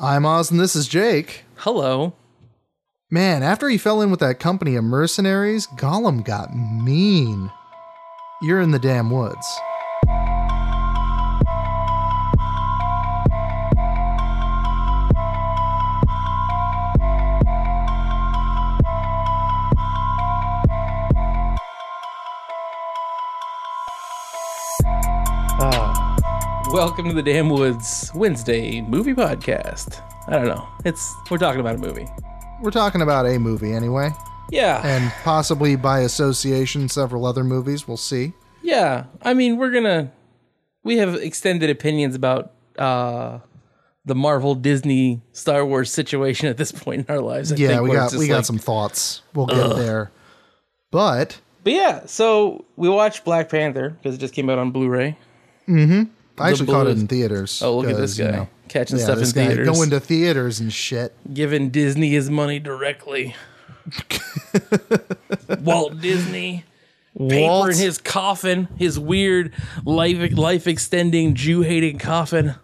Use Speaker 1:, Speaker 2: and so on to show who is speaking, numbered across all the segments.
Speaker 1: I'm Oz, and this is Jake.
Speaker 2: Hello.
Speaker 1: Man, after he fell in with that company of mercenaries, Gollum got mean. You're in the damn woods. Oh,
Speaker 2: Welcome to the Damn Woods Wednesday movie podcast. I don't know. It's we're talking about a movie.
Speaker 1: we're talking about a movie anyway,
Speaker 2: Yeah.
Speaker 1: and possibly by association, several other movies. We'll see.
Speaker 2: Yeah. I mean, we're going to we have extended opinions about uh the Marvel Disney Star Wars situation at this point in our lives. I
Speaker 1: Yeah,
Speaker 2: think,
Speaker 1: we
Speaker 2: where
Speaker 1: got
Speaker 2: it's
Speaker 1: we
Speaker 2: just
Speaker 1: got
Speaker 2: like-
Speaker 1: some thoughts. We'll get there. But
Speaker 2: But yeah, so we watched Black Panther because it just came out on Blu-ray.
Speaker 1: I actually caught it
Speaker 2: blues.
Speaker 1: in theaters.
Speaker 2: Oh, look at this
Speaker 1: 'cause, you
Speaker 2: guy
Speaker 1: know,
Speaker 2: catching
Speaker 1: yeah,
Speaker 2: stuff in
Speaker 1: this guy
Speaker 2: theaters,
Speaker 1: going to theaters and shit.
Speaker 2: giving Disney his money directly. Walt Disney. paper
Speaker 1: Walt,
Speaker 2: in his coffin, his weird life life extending Jew hating coffin.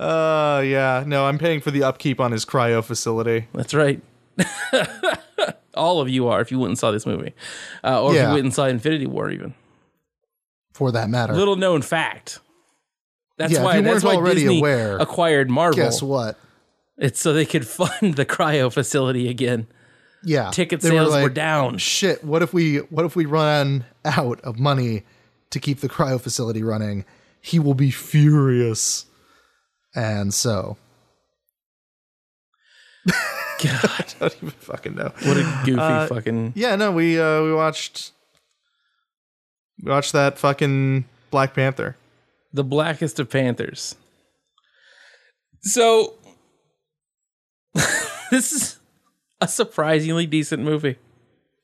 Speaker 1: uh, yeah, no, I'm paying for the upkeep on his cryo facility.
Speaker 2: That's right. All of you are if you went and saw this movie, uh, or if
Speaker 1: Yeah.
Speaker 2: you went and saw Infinity War. Even
Speaker 1: For that matter,
Speaker 2: little known fact. That's
Speaker 1: Yeah, if
Speaker 2: why.
Speaker 1: you
Speaker 2: that's
Speaker 1: weren't
Speaker 2: why
Speaker 1: already
Speaker 2: Disney
Speaker 1: aware,
Speaker 2: acquired Marvel.
Speaker 1: guess what?
Speaker 2: It's so they could fund the cryo facility again.
Speaker 1: Yeah,
Speaker 2: Ticket
Speaker 1: They
Speaker 2: sales were,
Speaker 1: like,
Speaker 2: down.
Speaker 1: Shit, what if we what if we run out of money to keep the cryo facility running? He will be furious, and so
Speaker 2: God,
Speaker 1: I don't even fucking know.
Speaker 2: what a goofy
Speaker 1: Uh,
Speaker 2: fucking.
Speaker 1: Yeah, no, we uh, we watched we watched that fucking Black Panther.
Speaker 2: the blackest of panthers. So this is a surprisingly decent movie.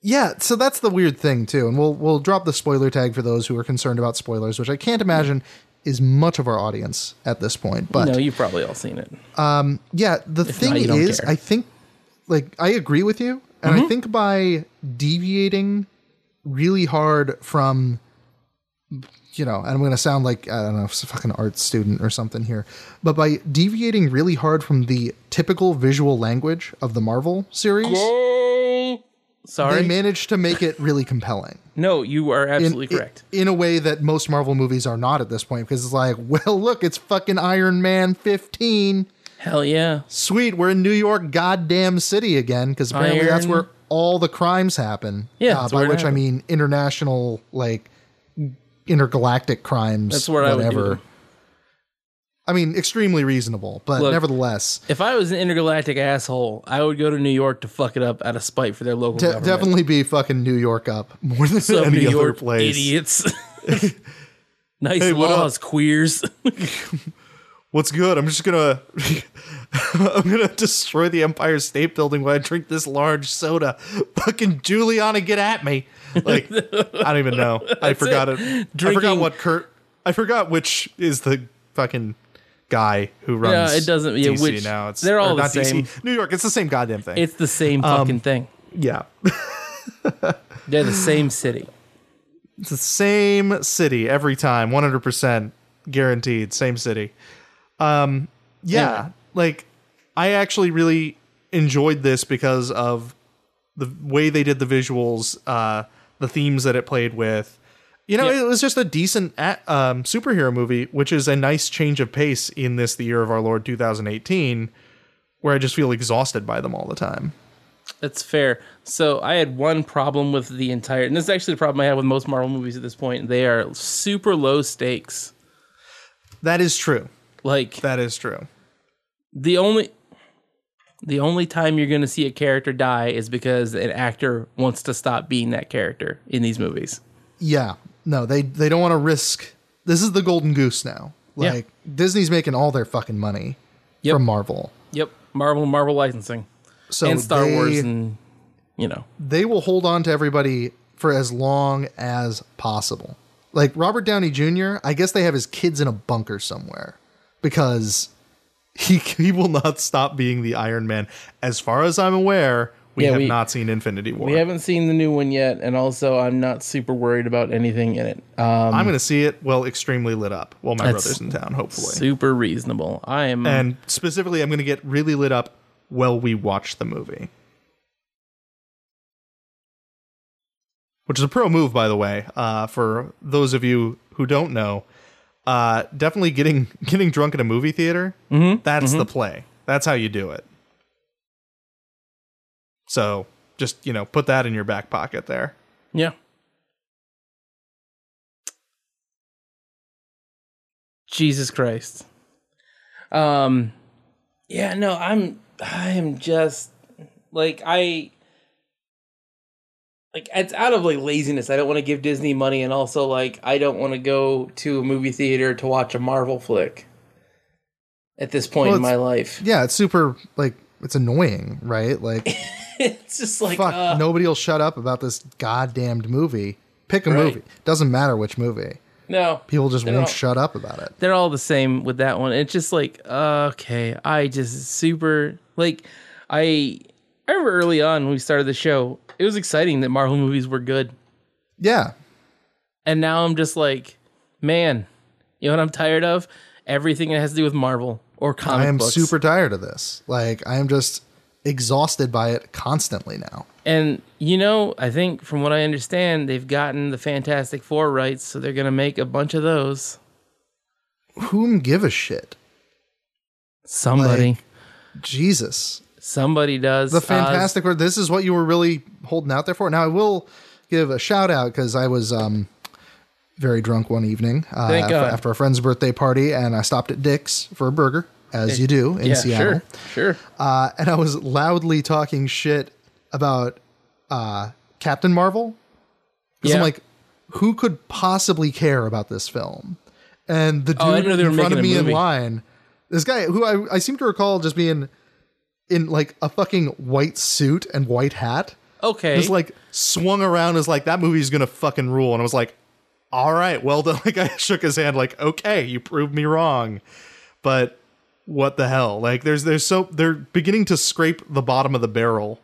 Speaker 1: Yeah, so that's the weird thing too, and we'll we'll drop the spoiler tag for those who are concerned about spoilers, which I can't imagine is much of our audience at this point. But
Speaker 2: no, you've probably all seen it.
Speaker 1: yeah, the thing
Speaker 2: not, you don't
Speaker 1: is,
Speaker 2: care. Mm-hmm.
Speaker 1: I think like I agree with you, and I think by deviating really hard from you know, and I'm going to sound like I don't know, s- fucking art student or something here, but by deviating really hard from the typical visual language of the Marvel series, Mm.
Speaker 2: Sorry.
Speaker 1: they managed to make it really compelling.
Speaker 2: no, you are absolutely
Speaker 1: in,
Speaker 2: correct.
Speaker 1: In a way that most Marvel movies are not at this point, because it's like, well, look, it's fucking Iron Man 15.
Speaker 2: Hell yeah.
Speaker 1: Sweet, we're in New York, goddamn city again, because apparently that's
Speaker 2: Iron-
Speaker 1: where all the crimes happen.
Speaker 2: Yeah,
Speaker 1: uh,
Speaker 2: that's
Speaker 1: by
Speaker 2: where it
Speaker 1: which I
Speaker 2: happened.
Speaker 1: mean international, like intergalactic crimes.
Speaker 2: That's what I would
Speaker 1: whatever.
Speaker 2: do.
Speaker 1: I mean, extremely reasonable, but
Speaker 2: Look,
Speaker 1: nevertheless,
Speaker 2: If I was an intergalactic asshole, I would go to New York to fuck it up out of spite for their local
Speaker 1: de-
Speaker 2: government.
Speaker 1: definitely be fucking New York up more than
Speaker 2: Some
Speaker 1: any
Speaker 2: New
Speaker 1: other
Speaker 2: York
Speaker 1: place.
Speaker 2: idiots. nice
Speaker 1: what up?
Speaker 2: laws, queers.
Speaker 1: What's good? I'm just gonna I'm gonna destroy the Empire State Building when I drink this large soda. Fucking Giuliani, get at me! Like I don't even know. I forgot it. I forgot
Speaker 2: Drinking-
Speaker 1: what Kurt. I forgot which is the fucking guy who
Speaker 2: Yeah,
Speaker 1: runs.
Speaker 2: it doesn't- yeah,
Speaker 1: DC
Speaker 2: which-
Speaker 1: now it's
Speaker 2: they're all
Speaker 1: or
Speaker 2: the
Speaker 1: not DC,
Speaker 2: same.
Speaker 1: New York. It's the same goddamn thing.
Speaker 2: it's the same
Speaker 1: Um,
Speaker 2: fucking thing.
Speaker 1: yeah,
Speaker 2: They're the same city.
Speaker 1: it's the same city every time. 100 percent guaranteed. Same city. Um, yeah,
Speaker 2: Anyway.
Speaker 1: like I actually really enjoyed this because of the way they did the visuals, uh, the themes that it played with. You know,
Speaker 2: Yeah.
Speaker 1: it was just a decent a- um, superhero movie, which is a nice change of pace in this the year of our Lord 2018, where I just feel exhausted by them all the time.
Speaker 2: That's fair. So I had one problem with the entire, and this is actually the problem I have with most Marvel movies at this point. They are super low stakes.
Speaker 1: That is true.
Speaker 2: Like
Speaker 1: That is true.
Speaker 2: the only, the only time you're going to see a character die is because an actor wants to stop being that character in these movies.
Speaker 1: Yeah. No, they they don't want to risk. This is the golden goose now.
Speaker 2: Yeah.
Speaker 1: Like Disney's making all their fucking money
Speaker 2: Yep.
Speaker 1: from Marvel.
Speaker 2: Yep, Marvel, Marvel licensing,
Speaker 1: So
Speaker 2: and Star
Speaker 1: they-
Speaker 2: Wars, and you know,
Speaker 1: they will hold on to everybody for as long as possible. Like Robert Downey Jr., I guess they have his kids in a bunker somewhere because he he will not stop being the Iron Man as far as I'm aware We
Speaker 2: Yeah,
Speaker 1: have
Speaker 2: we-
Speaker 1: not seen Infinity War.
Speaker 2: We haven't seen the new one yet, and also I'm not super worried about anything in it. Um,
Speaker 1: I'm going to see it well, extremely lit up. Well, my
Speaker 2: That's
Speaker 1: brother's in town, hopefully.
Speaker 2: super reasonable. I am.
Speaker 1: and specifically, I'm going to get really lit up while we watch the movie. Which is a pro move, by the way, uh, for those of you who don't know. Uh, definitely getting getting drunk at a movie theater.
Speaker 2: Mm-hmm.
Speaker 1: That's the play. That's how you do it. So just you know, put that in your back pocket there.
Speaker 2: yeah. Jesus Christ. Um. Yeah. No. I'm. I am just like I. Like it's out of like laziness. I don't want to give Disney money, and also like I don't want to go to a movie theater to watch a Marvel flick. At this point
Speaker 1: Well,
Speaker 2: in
Speaker 1: it's-
Speaker 2: my life,
Speaker 1: Yeah, it's super like it's annoying, right? Like
Speaker 2: it's just like
Speaker 1: fuck,
Speaker 2: uh,
Speaker 1: nobody will shut up about this goddamned movie. Pick a
Speaker 2: Right.
Speaker 1: movie. Doesn't matter which movie.
Speaker 2: no.
Speaker 1: People just
Speaker 2: They're
Speaker 1: won't
Speaker 2: all-
Speaker 1: shut up about it.
Speaker 2: they're all the same with that one. It's just like okay, I just super like I. I remember early on when we started the show, it was exciting that Marvel movies were good,
Speaker 1: Yeah.
Speaker 2: and now I'm just like, man, you know what I'm tired of? Everything that has to do with Marvel or comic
Speaker 1: I am
Speaker 2: books.
Speaker 1: super tired of this. Like I am just exhausted by it constantly now.
Speaker 2: And you know, I think from what I understand, they've gotten the Fantastic Four rights, so they're gonna make a bunch of those.
Speaker 1: Whom give a shit?
Speaker 2: Somebody,
Speaker 1: Like- Jesus.
Speaker 2: somebody does
Speaker 1: the
Speaker 2: Oz-
Speaker 1: fantastic word. This is what you were really holding out there for. Now I will give a shout out because I was um, very drunk one evening uh,
Speaker 2: Thank
Speaker 1: af-
Speaker 2: God.
Speaker 1: after a friend's birthday party, and I stopped at Dick's for a burger, as you do in
Speaker 2: yeah,
Speaker 1: Seattle.
Speaker 2: sure, sure.
Speaker 1: Uh, and I was loudly talking shit about uh, Captain Marvel because
Speaker 2: Yeah.
Speaker 1: I'm like, who could possibly care about this film? And the dude
Speaker 2: Oh, I didn't know they were
Speaker 1: in front
Speaker 2: making
Speaker 1: of
Speaker 2: a
Speaker 1: me in
Speaker 2: movie.
Speaker 1: line, this guy who I, I seem to recall just being in like a fucking white suit and white hat,
Speaker 2: Okay,
Speaker 1: just like swung around as like that movie's gonna fucking rule, and I was like, all right, well done. Like I shook his hand, like okay, you proved me wrong, but what the hell? Like there's there's so they're beginning to scrape the bottom of the barrel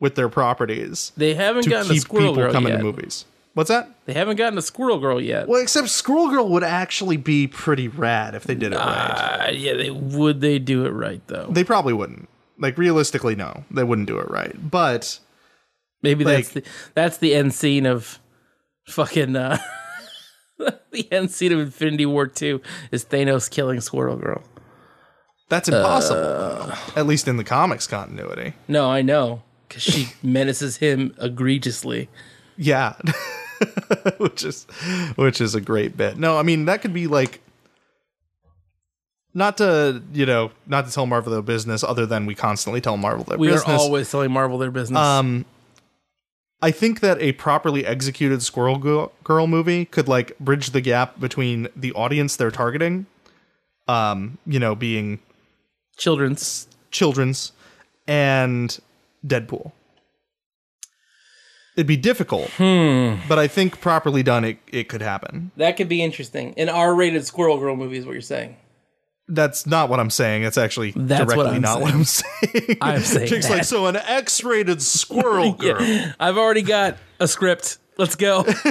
Speaker 1: with their properties
Speaker 2: they haven't
Speaker 1: to
Speaker 2: gotten a
Speaker 1: keep
Speaker 2: Squirrel
Speaker 1: people
Speaker 2: Girl
Speaker 1: coming
Speaker 2: yet.
Speaker 1: to movies. What's that?
Speaker 2: They haven't gotten a Squirrel Girl yet.
Speaker 1: Well, except Squirrel would actually be pretty rad if they did it right.
Speaker 2: Uh, yeah, they would they do it right though?
Speaker 1: They probably wouldn't. Like realistically, no, they wouldn't do it right. But
Speaker 2: Maybe that's the
Speaker 1: like-
Speaker 2: that's the end scene of fucking uh the end scene of Infinity War Two is Thanos killing Squirrel Girl.
Speaker 1: that's impossible.
Speaker 2: Uh.
Speaker 1: though, at least in the comics continuity.
Speaker 2: No, I know because she menaces him egregiously.
Speaker 1: Yeah. which is which is a great bit. No, I mean that could be like not to, you know, not to tell Marvel their business other than we constantly tell Marvel their
Speaker 2: We
Speaker 1: business.
Speaker 2: are always telling Marvel their business.
Speaker 1: um I think that a properly executed Squirrel Girl, Girl movie could like bridge the gap between the audience they're targeting um, you know, being
Speaker 2: Children's.
Speaker 1: children's and Deadpool. It'd be difficult,
Speaker 2: Hmm.
Speaker 1: but I think properly done, it, it could happen.
Speaker 2: That could be interesting. An R-rated Squirrel Girl movie is what you're saying.
Speaker 1: That's not what I'm saying. That's actually
Speaker 2: That's what
Speaker 1: directly
Speaker 2: I'm
Speaker 1: not what I'm saying.
Speaker 2: I'm saying
Speaker 1: Jake's like
Speaker 2: that.
Speaker 1: so an X-rated squirrel girl.
Speaker 2: I've already got a script. Let's go.
Speaker 1: I've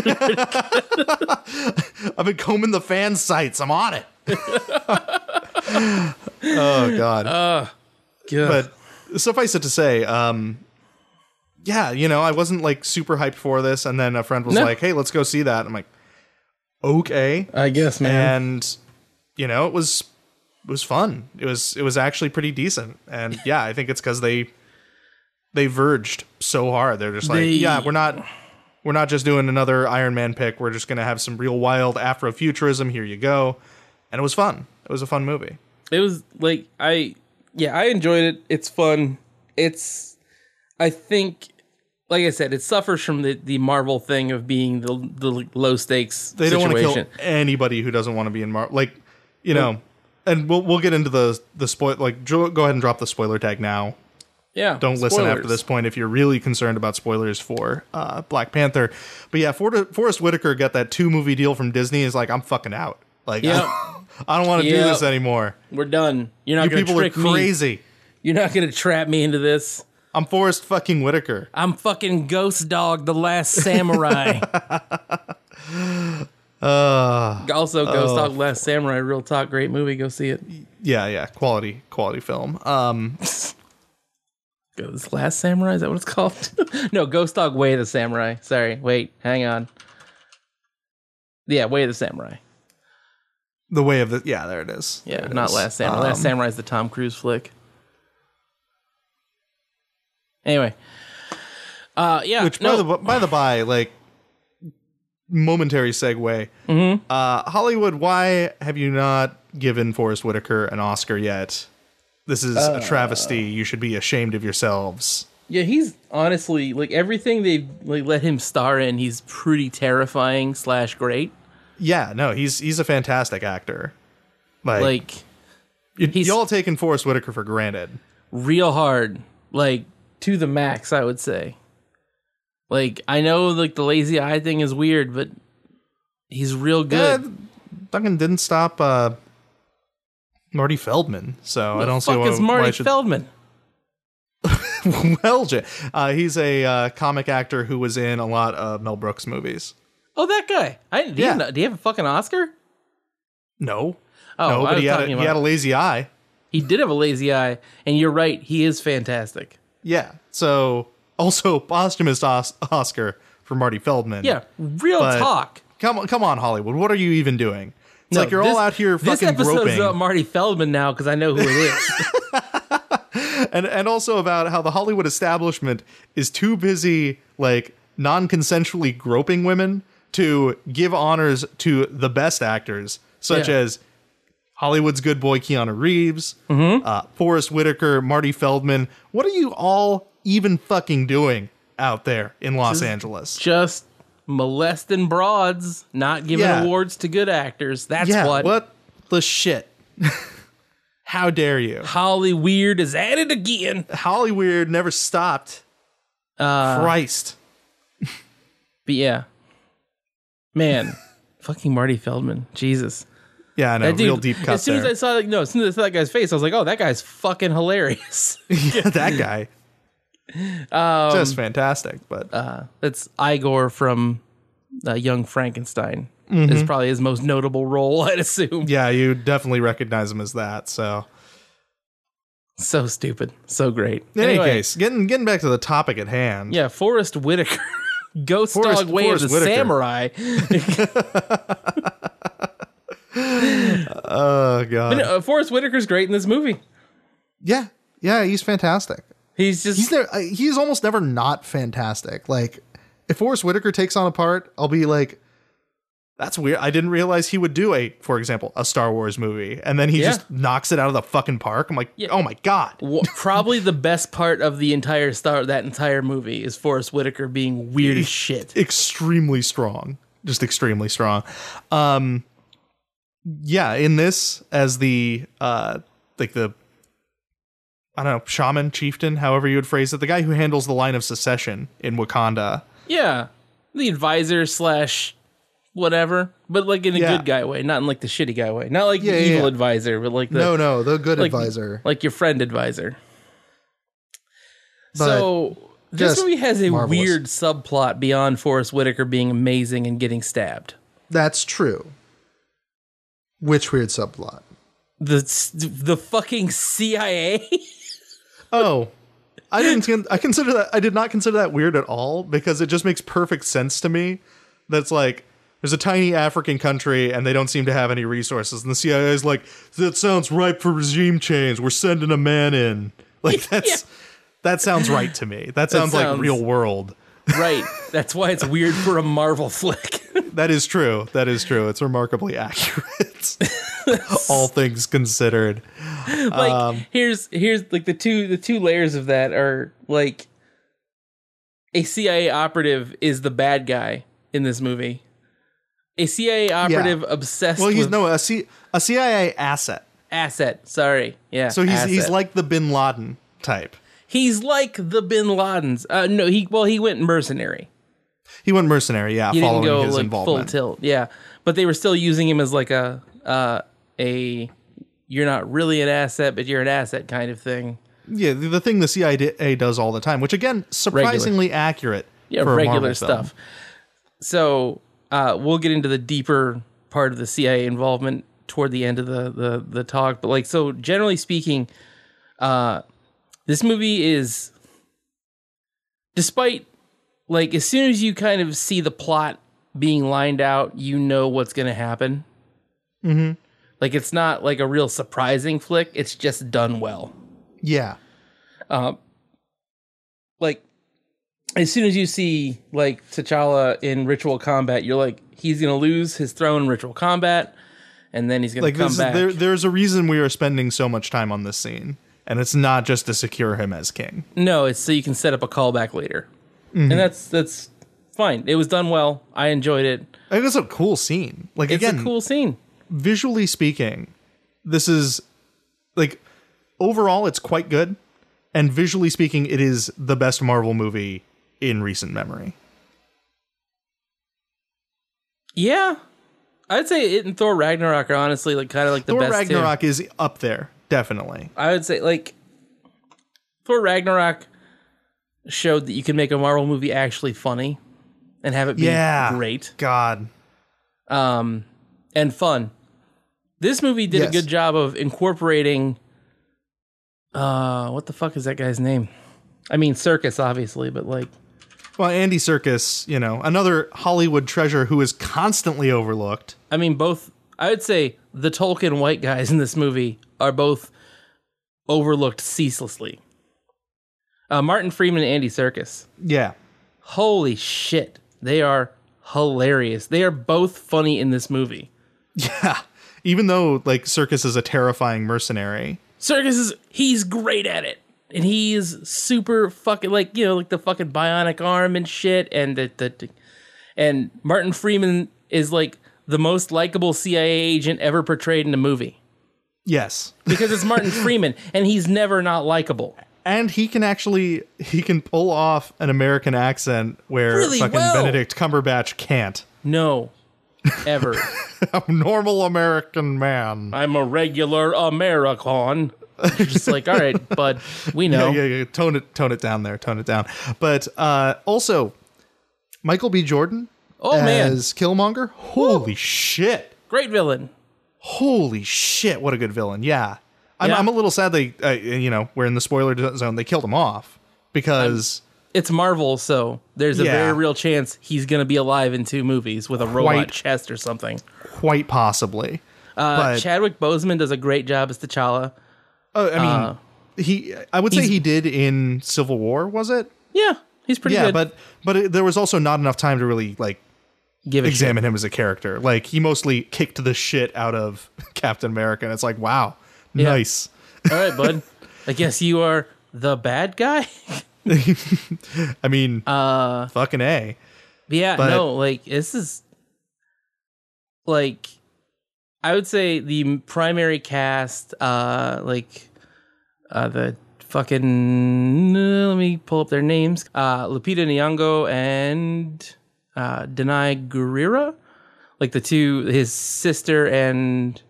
Speaker 1: been combing the fan sites. I'm on it. oh God.
Speaker 2: Uh. Good.
Speaker 1: but suffice it to say, um, yeah, you know, I wasn't like super hyped for this, and then a friend was
Speaker 2: No.
Speaker 1: like, "Hey, let's go see that." I'm like, "Okay,"
Speaker 2: I guess, man.
Speaker 1: and you know, it was it was fun. It was it was actually pretty decent, and yeah, I think it's because they they verged so hard. They're just like,
Speaker 2: They-
Speaker 1: yeah, we're not we're not just doing another Iron Man pick. We're just gonna have some real wild Afrofuturism. Here you go, and it was fun. It was a fun movie.
Speaker 2: it was like i yeah i enjoyed it it's fun it's i think like i said it suffers from the, the marvel thing of being the, the low stakes
Speaker 1: they don't want to
Speaker 2: situation
Speaker 1: kill anybody who doesn't want to be in Marvel. Like, you know, and we'll we'll get into the the spoil. Like, dro- go ahead and drop the spoiler tag now.
Speaker 2: yeah
Speaker 1: Don't listen after
Speaker 2: spoilers.
Speaker 1: this point if you're really concerned about spoilers for uh, Black Panther. But yeah, Ford- Forrest Whitaker got that two movie deal from Disney. Is like, I'm fucking out. Like,
Speaker 2: Yep.
Speaker 1: I don't want to do
Speaker 2: Yep.
Speaker 1: this anymore.
Speaker 2: we're done you're not
Speaker 1: You
Speaker 2: gonna
Speaker 1: people are
Speaker 2: trick me
Speaker 1: crazy.
Speaker 2: you're not gonna trap me into this
Speaker 1: I'm Forrest fucking Whitaker.
Speaker 2: I'm fucking Ghost Dog, the last samurai. also, Ghost Dog, Last Samurai, real talk, great movie. Go see it.
Speaker 1: Yeah, yeah, quality, quality film. Um,
Speaker 2: Ghost Last Samurai, is that what it's called? no, Ghost Dog, Way of the Samurai. Sorry, wait, hang on. Yeah, Way of the Samurai.
Speaker 1: the way of the yeah, there it is.
Speaker 2: Yeah,
Speaker 1: There it
Speaker 2: not
Speaker 1: is.
Speaker 2: Last Samurai.
Speaker 1: Um,
Speaker 2: Last Samurai's the Tom Cruise flick. Anyway. Uh, yeah.
Speaker 1: Which,
Speaker 2: no,
Speaker 1: by the by the by, like momentary segue.
Speaker 2: Mm-hmm.
Speaker 1: Uh, Hollywood, why have you not given Forrest Whitaker an Oscar yet? This is
Speaker 2: Uh.
Speaker 1: a travesty. You should be ashamed of yourselves.
Speaker 2: Yeah, he's honestly like everything they've like let him star in. He's pretty terrifying slash great.
Speaker 1: Yeah, no, he's he's a fantastic actor. Like,
Speaker 2: Like
Speaker 1: y-
Speaker 2: he's-
Speaker 1: y'all taking Forrest Whitaker for granted.
Speaker 2: real hard, like to the max. I would say. Like I know like the lazy eye thing is weird, but he's real
Speaker 1: Yeah,
Speaker 2: good.
Speaker 1: Duncan didn't stop uh, Marty Feldman, so I don't see
Speaker 2: Fuck
Speaker 1: why,
Speaker 2: is Marty
Speaker 1: why I should.
Speaker 2: Feldman.
Speaker 1: well, Ja- uh, he's a uh, comic actor who was in a lot of Mel Brooks movies.
Speaker 2: Oh, that guy. I do,
Speaker 1: Yeah.
Speaker 2: you know, do you have a fucking Oscar?
Speaker 1: No,
Speaker 2: Oh,
Speaker 1: no,
Speaker 2: I
Speaker 1: but
Speaker 2: was
Speaker 1: he had, a,
Speaker 2: talking
Speaker 1: he
Speaker 2: about-
Speaker 1: had a lazy eye.
Speaker 2: he did have a lazy eye, and you're right. He is fantastic.
Speaker 1: Yeah. So also posthumous os- Oscar for Marty Feldman.
Speaker 2: Yeah, real
Speaker 1: But-
Speaker 2: talk.
Speaker 1: Come on, come on, Hollywood. What are you even doing? It's
Speaker 2: No,
Speaker 1: like you're
Speaker 2: this-
Speaker 1: all out here
Speaker 2: This
Speaker 1: fucking
Speaker 2: episode's
Speaker 1: groping,
Speaker 2: about Marty Feldman now because I know who it is.
Speaker 1: and and also about how the Hollywood establishment is too busy like non-consensually groping women to give honors to the best actors, such
Speaker 2: Yeah.
Speaker 1: as Hollywood's good boy Keanu Reeves,
Speaker 2: Mm-hmm.
Speaker 1: uh, Forrest Whitaker, Marty Feldman. What are you all even fucking doing out there in Los Angeles?
Speaker 2: just molesting broads, not giving
Speaker 1: Yeah.
Speaker 2: awards to good actors. That's
Speaker 1: yeah,
Speaker 2: what,
Speaker 1: the shit? How dare you?
Speaker 2: Holly Weird is at it again.
Speaker 1: Holly Weird never stopped.
Speaker 2: Uh,
Speaker 1: Christ.
Speaker 2: But yeah, man, fucking Marty Feldman, Jesus,
Speaker 1: Yeah, I know.
Speaker 2: that dude.
Speaker 1: real deep cut
Speaker 2: as soon
Speaker 1: there.
Speaker 2: as I saw like no, as soon as I saw that guy's face, I was like, oh, that guy's fucking hilarious.
Speaker 1: yeah, that guy.
Speaker 2: Um,
Speaker 1: Just fantastic. But
Speaker 2: uh, That's Igor from uh, Young Frankenstein.
Speaker 1: Mm-hmm.
Speaker 2: Is probably his most notable role, I'd assume.
Speaker 1: yeah, you definitely recognize him as that. So,
Speaker 2: So stupid, so great.
Speaker 1: in
Speaker 2: Anyway,
Speaker 1: any case, getting getting back to the topic at hand.
Speaker 2: yeah, Forrest Whitaker, Ghost
Speaker 1: Forrest-
Speaker 2: Dog Way
Speaker 1: Forrest
Speaker 2: of the
Speaker 1: Whitaker.
Speaker 2: Samurai.
Speaker 1: Oh god.
Speaker 2: Uh, Forrest Whitaker's great in this movie.
Speaker 1: yeah. Yeah, he's fantastic.
Speaker 2: He's just
Speaker 1: He's there. He's almost never not fantastic. Like if Forrest Whitaker takes on a part, I'll be like, "That's weird. I didn't realize he would do a, for example, a Star Wars movie." And then he
Speaker 2: Yeah.
Speaker 1: just knocks it out of the fucking park. I'm like, "Oh my god."
Speaker 2: w- probably the best part of the entire star that entire movie is Forrest Whitaker being weird as shit.
Speaker 1: Extremely strong. Just extremely strong. Um yeah, in this as the uh like the I don't know, shaman, chieftain, however you would phrase it, the guy who handles the line of secession in Wakanda.
Speaker 2: Yeah, the advisor slash whatever, but like in a
Speaker 1: Yeah.
Speaker 2: good guy way, not in like the shitty guy way, not like
Speaker 1: Yeah,
Speaker 2: the
Speaker 1: yeah,
Speaker 2: evil
Speaker 1: yeah.
Speaker 2: advisor, but like the
Speaker 1: No, no, the good
Speaker 2: like,
Speaker 1: advisor.
Speaker 2: like your friend advisor.
Speaker 1: But
Speaker 2: so this
Speaker 1: just
Speaker 2: movie has a
Speaker 1: marvelous.
Speaker 2: weird subplot beyond Forrest Whitaker being amazing and getting stabbed.
Speaker 1: That's true. Which weird subplot?
Speaker 2: The the fucking CIA.
Speaker 1: Oh, I didn't. con- I consider that. I did not consider that weird at all because it just makes perfect sense to me. That's like there's a tiny African country and they don't seem to have any resources, and the CIA is like, that sounds ripe for regime change. We're sending a man in. Like that's that sounds right to me. That sounds, like
Speaker 2: sounds-
Speaker 1: real world.
Speaker 2: Right. That's why it's weird for a Marvel flick.
Speaker 1: That is true. That is true. It's remarkably accurate. all things considered.
Speaker 2: like
Speaker 1: Um,
Speaker 2: here's here's like the two the two layers of that are like a CIA operative is the bad guy in this movie. A CIA operative obsessed
Speaker 1: Well, he's
Speaker 2: with
Speaker 1: no a, C, a CIA asset.
Speaker 2: asset. Sorry. Yeah.
Speaker 1: So he's he's
Speaker 2: asset.
Speaker 1: like the Bin Laden type.
Speaker 2: he's like the bin Ladens. Uh no, he well he went mercenary.
Speaker 1: He went mercenary, yeah,
Speaker 2: He
Speaker 1: following
Speaker 2: didn't go
Speaker 1: his
Speaker 2: like full
Speaker 1: involvement.
Speaker 2: tilt. Yeah. But they were still using him as like a uh a you're not really an asset, but you're an asset kind of thing.
Speaker 1: yeah, the, the thing the CIA does all the time, which again, surprisingly accurate.
Speaker 2: yeah,
Speaker 1: for a
Speaker 2: regular
Speaker 1: Marvel film.
Speaker 2: stuff. So uh, we'll get into the deeper part of the CIA involvement toward the end of the the, the talk. But like, so generally speaking, uh, this movie is, despite like, as soon as you kind of see the plot being lined out, you know what's going to happen.
Speaker 1: Mhm.
Speaker 2: Like, it's not like a real surprising flick. It's just done well.
Speaker 1: Yeah.
Speaker 2: Uh, like, as soon as you see like T'Challa in ritual combat, you're like, he's gonna lose his throne in ritual combat, and then he's gonna
Speaker 1: Like
Speaker 2: come
Speaker 1: this is,
Speaker 2: back.
Speaker 1: there there's a reason we are spending so much time on this scene. And it's not just to secure him as king.
Speaker 2: no, it's so you can set up a callback later,
Speaker 1: Mm-hmm.
Speaker 2: and that's that's fine. It was done well. I enjoyed it.
Speaker 1: I think it's a cool scene. Like
Speaker 2: It's
Speaker 1: again,
Speaker 2: a cool scene.
Speaker 1: visually speaking, this is like overall it's quite good. And visually speaking, it is the best Marvel movie in recent memory.
Speaker 2: Yeah, I'd say it and Thor Ragnarok are honestly like kind of like the
Speaker 1: Thor
Speaker 2: best. two.
Speaker 1: Ragnarok is up there, definitely.
Speaker 2: I would say like Thor Ragnarok showed that you can make a Marvel movie actually funny and have it be
Speaker 1: Yeah.
Speaker 2: great
Speaker 1: God.
Speaker 2: um, and fun. This movie did a
Speaker 1: Yes.
Speaker 2: good job of incorporating uh what the fuck is that guy's name? I mean circus obviously, but like
Speaker 1: Well, Andy Circus, you know, another Hollywood treasure who is constantly overlooked.
Speaker 2: I mean both I would say the Tolkien white guys in this movie are both overlooked ceaselessly. Uh, Martin Freeman and Andy Circus.
Speaker 1: Yeah.
Speaker 2: holy shit they are hilarious they are both funny in this movie
Speaker 1: Yeah. Even though like Circus is a terrifying mercenary.
Speaker 2: circus is he's great at it and he is super fucking like you know like the fucking bionic arm and shit and the, the, the- and martin freeman is like the most likable cia agent ever portrayed in a movie
Speaker 1: Yes.
Speaker 2: because it's martin freeman and he's never not likable
Speaker 1: And he can actually he can pull off an American accent where
Speaker 2: Really
Speaker 1: fucking
Speaker 2: well.
Speaker 1: Benedict Cumberbatch can't.
Speaker 2: no ever
Speaker 1: A normal American man.
Speaker 2: i'm a regular american You're just like all right bud we know
Speaker 1: Yeah, yeah, yeah. Tone it tone it down there. Tone it down. But uh also Michael B. Jordan
Speaker 2: oh man
Speaker 1: as Killmonger. Holy shit.
Speaker 2: great villain
Speaker 1: Holy shit, what a good villain. Yeah. I'm,
Speaker 2: Yeah.
Speaker 1: I'm a little sad they, uh, you know, we're in the spoiler zone. They killed him off because
Speaker 2: it's Marvel, so there's a
Speaker 1: Yeah.
Speaker 2: very real chance he's gonna be alive in two movies with a robot
Speaker 1: Quite.
Speaker 2: chest or something.
Speaker 1: quite possibly.
Speaker 2: Uh,
Speaker 1: But-
Speaker 2: Chadwick Boseman does a great job as T'Challa.
Speaker 1: Oh, I mean, he. I would say
Speaker 2: uh, he's-
Speaker 1: he did in Civil War. Was it?
Speaker 2: Yeah, he's pretty
Speaker 1: Yeah,
Speaker 2: good.
Speaker 1: but but it, there was also not enough time to really like
Speaker 2: give it
Speaker 1: examine him as a character. Like he mostly kicked the shit out of Captain America, and it's like, wow, nice.
Speaker 2: All right, bud. I guess you are the bad guy.
Speaker 1: I mean,
Speaker 2: Uh,
Speaker 1: fucking a.
Speaker 2: yeah,
Speaker 1: But-
Speaker 2: no, like this is like I would say the primary cast, uh, like uh, the fucking uh, let me pull up their names. Uh, Lupita Nyong'o and uh, Denai Gurira, like the two, his sister and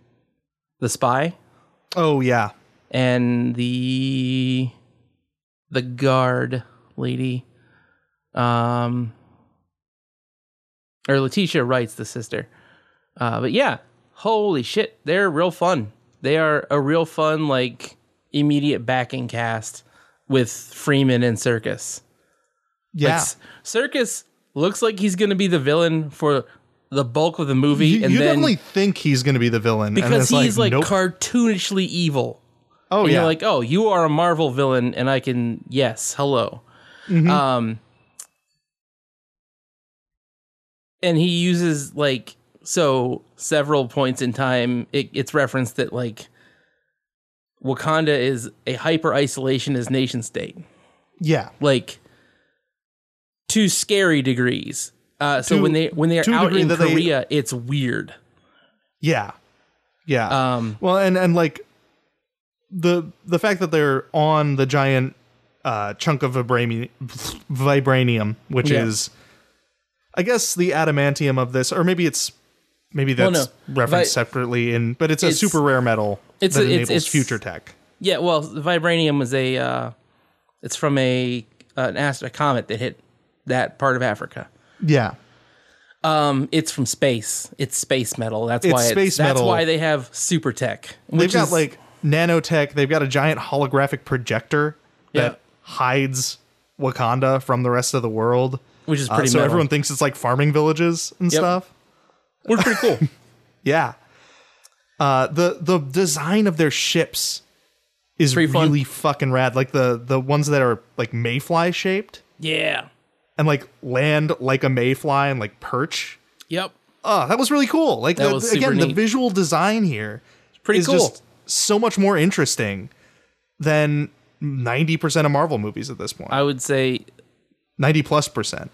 Speaker 2: the spy,
Speaker 1: Oh yeah,
Speaker 2: and the the guard lady. Um, or Letitia Wright's the sister. Uh, but yeah, holy shit, they're real fun. They are a real fun, like immediate backing cast with Freeman and Circus. Like,
Speaker 1: yeah.
Speaker 2: S- Circus looks like he's gonna be the villain for the bulk of the movie,
Speaker 1: you
Speaker 2: and
Speaker 1: you
Speaker 2: then
Speaker 1: definitely think he's going to be the villain and
Speaker 2: because
Speaker 1: it's
Speaker 2: he's like,
Speaker 1: nope.
Speaker 2: cartoonishly evil.
Speaker 1: oh
Speaker 2: And
Speaker 1: yeah,
Speaker 2: you're like, oh, you are a Marvel villain, and I can yes, hello.
Speaker 1: Mm-hmm.
Speaker 2: Um, and he uses like so several points in time. It, it's referenced that like Wakanda is a hyper isolationist nation state,
Speaker 1: yeah.
Speaker 2: like to scary degrees. Uh, so
Speaker 1: To-
Speaker 2: when they when they are
Speaker 1: to a
Speaker 2: out
Speaker 1: degree
Speaker 2: in
Speaker 1: that they-
Speaker 2: Korea, it's weird.
Speaker 1: Yeah. Yeah.
Speaker 2: Um,
Speaker 1: well, and and like the the fact that they're on the giant uh chunk of vibranium, vibranium which
Speaker 2: Yeah.
Speaker 1: is I guess the adamantium of this or maybe it's maybe
Speaker 2: Well,
Speaker 1: that's
Speaker 2: no.
Speaker 1: referenced
Speaker 2: Vi-
Speaker 1: separately in but it's a
Speaker 2: It's-
Speaker 1: super rare metal
Speaker 2: it's
Speaker 1: that
Speaker 2: a- it's-
Speaker 1: enables
Speaker 2: it's-
Speaker 1: future tech.
Speaker 2: Yeah, well, the vibranium was a. Uh, it's from a uh, an ast- a comet that hit that part of Africa.
Speaker 1: Yeah.
Speaker 2: Um, it's from space. It's space metal. That's
Speaker 1: It's
Speaker 2: why.
Speaker 1: space
Speaker 2: it's, that's
Speaker 1: metal.
Speaker 2: why they have super tech.
Speaker 1: They've
Speaker 2: Which
Speaker 1: got
Speaker 2: is,
Speaker 1: like nanotech. They've got a giant holographic projector that
Speaker 2: Yeah.
Speaker 1: hides Wakanda from the rest of the world.
Speaker 2: which is
Speaker 1: Uh,
Speaker 2: pretty.
Speaker 1: so
Speaker 2: metal.
Speaker 1: everyone thinks it's like farming villages and
Speaker 2: Yep.
Speaker 1: stuff.
Speaker 2: we're pretty cool.
Speaker 1: Yeah. Uh, the the design of their ships is
Speaker 2: Pretty fun.
Speaker 1: really fucking rad. Like the the ones that are like mayfly shaped
Speaker 2: yeah.
Speaker 1: and like land like a mayfly and like perch.
Speaker 2: Yep.
Speaker 1: Oh, that was really cool. Like
Speaker 2: That
Speaker 1: the-
Speaker 2: was
Speaker 1: the- again,
Speaker 2: super
Speaker 1: the
Speaker 2: neat.
Speaker 1: visual design here
Speaker 2: Pretty
Speaker 1: is
Speaker 2: cool.
Speaker 1: just so much more interesting than ninety percent of Marvel movies at this point.
Speaker 2: I would say
Speaker 1: Ninety plus percent.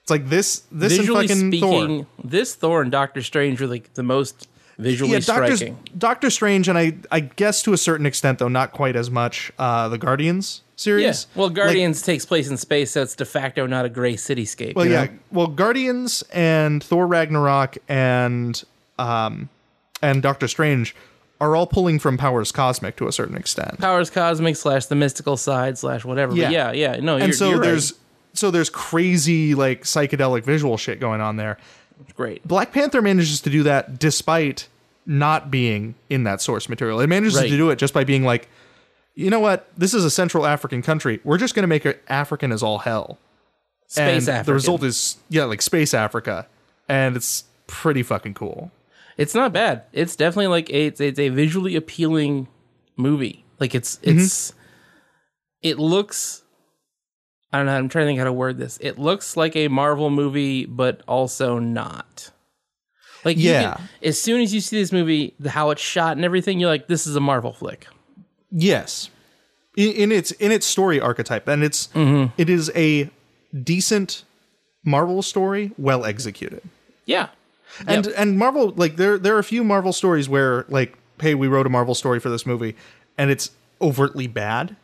Speaker 1: It's like this this and
Speaker 2: visually
Speaker 1: fucking Thor.
Speaker 2: speaking, this Thor and Doctor Strange were like the most visually
Speaker 1: yeah, Doctor,
Speaker 2: striking.
Speaker 1: Doctor Strange, and I, I guess to a certain extent, though not quite as much, uh, the Guardians
Speaker 2: Yeah.
Speaker 1: series.
Speaker 2: Well,
Speaker 1: Like-
Speaker 2: Guardians takes place in space, so it's de facto not a gray cityscape.
Speaker 1: well,
Speaker 2: you
Speaker 1: yeah.
Speaker 2: know?
Speaker 1: Well, Guardians and Thor Ragnarok and um, and Doctor Strange are all pulling from Powers Cosmic to a certain extent.
Speaker 2: Powers cosmic slash the mystical side slash whatever. Yeah.
Speaker 1: Yeah.
Speaker 2: But yeah. Yeah. No. you're,
Speaker 1: and so
Speaker 2: you're right.
Speaker 1: there's so there's crazy like psychedelic visual shit going on there.
Speaker 2: great.
Speaker 1: Black Panther manages to do that despite not being in that source material. It manages
Speaker 2: Right.
Speaker 1: to do it just by being like, you know what? This is a Central African country. We're just going to make it African as all hell.
Speaker 2: Space
Speaker 1: and
Speaker 2: African.
Speaker 1: The result is, yeah, like Space Africa. And it's pretty fucking cool.
Speaker 2: it's not bad. It's definitely like a, it's, it's a visually appealing movie. Like it's
Speaker 1: Mm-hmm.
Speaker 2: it's it looks. I don't know. I'm trying to think how to word this. It looks like a Marvel movie, but also not. Like you
Speaker 1: Yeah.
Speaker 2: can- as soon as you see this movie, the, how it's shot and everything, you're like, this is a Marvel flick.
Speaker 1: Yes. In, in its in its story archetype. And it's
Speaker 2: Mm-hmm.
Speaker 1: it is a decent Marvel story, well executed.
Speaker 2: Yeah.
Speaker 1: and and Marvel like there there are a few Marvel stories where like hey we wrote a Marvel story for this movie and it's overtly bad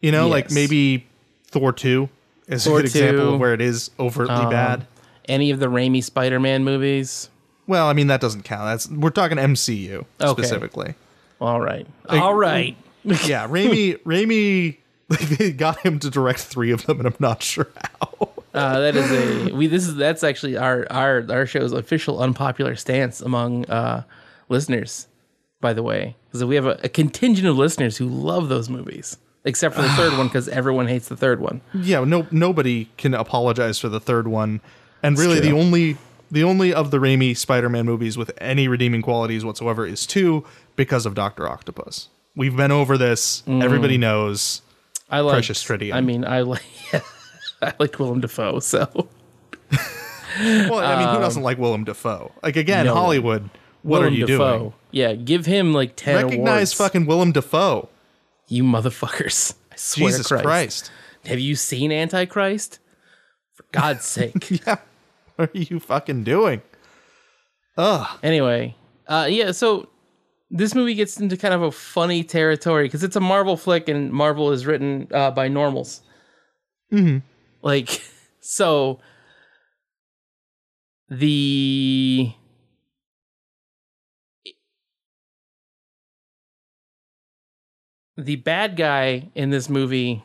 Speaker 1: you know like
Speaker 2: Yes.
Speaker 1: maybe Thor 2 is
Speaker 2: Thor
Speaker 1: a
Speaker 2: Uh-huh.
Speaker 1: good example
Speaker 2: 2.
Speaker 1: of where it is overtly bad
Speaker 2: Any of the Raimi Spider-Man movies?
Speaker 1: well I mean that doesn't count that's we're talking MCU
Speaker 2: Okay.
Speaker 1: specifically
Speaker 2: All right. All right.
Speaker 1: yeah Raimi Raimi they got him to direct 3 of them and I'm not sure how
Speaker 2: Uh, that is a we. This is that's actually our our our show's official unpopular stance among uh, listeners. By the way, because we have a, a contingent of listeners who love those movies, except for the third one, because everyone hates the third one.
Speaker 1: yeah no nobody can apologize for the third one and really the
Speaker 2: true.
Speaker 1: only the only of the Raimi Spider-Man movies with any redeeming qualities whatsoever is 2 because of Doctor Octopus. We've been over this.
Speaker 2: Mm.
Speaker 1: Everybody knows.
Speaker 2: I like
Speaker 1: Precious Tritium.
Speaker 2: I mean, I like I liked Willem Dafoe. So
Speaker 1: Well, I mean, who doesn't like Willem Dafoe? Like again,
Speaker 2: Um, no one.
Speaker 1: Hollywood, what
Speaker 2: Willem
Speaker 1: are you
Speaker 2: Dafoe,
Speaker 1: doing?
Speaker 2: Yeah, give him like ten
Speaker 1: Recognize
Speaker 2: awards.
Speaker 1: fucking Willem Dafoe.
Speaker 2: you motherfuckers! I swear
Speaker 1: Jesus
Speaker 2: to
Speaker 1: Christ.
Speaker 2: Have you seen Antichrist? For God's sake.
Speaker 1: Yeah. What are you fucking doing?
Speaker 2: Anyway, uh, yeah, so this movie gets into kind of a funny territory because it's a Marvel flick and Marvel is written uh, by normals. Mm-hmm. Like, so the. The bad guy in this movie